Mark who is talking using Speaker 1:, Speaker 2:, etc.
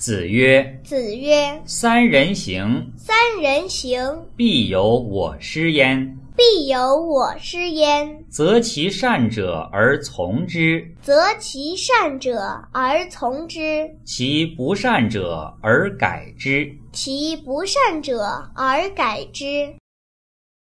Speaker 1: 子曰
Speaker 2: 子曰：“
Speaker 1: 三人行，：“
Speaker 2: 三人行，
Speaker 1: 必有我师焉。
Speaker 2: 必有我师焉。
Speaker 1: 择其善者而从之，
Speaker 2: 择其善者而从之，
Speaker 1: 其不善者而改之。”
Speaker 2: 其不善者而改之。”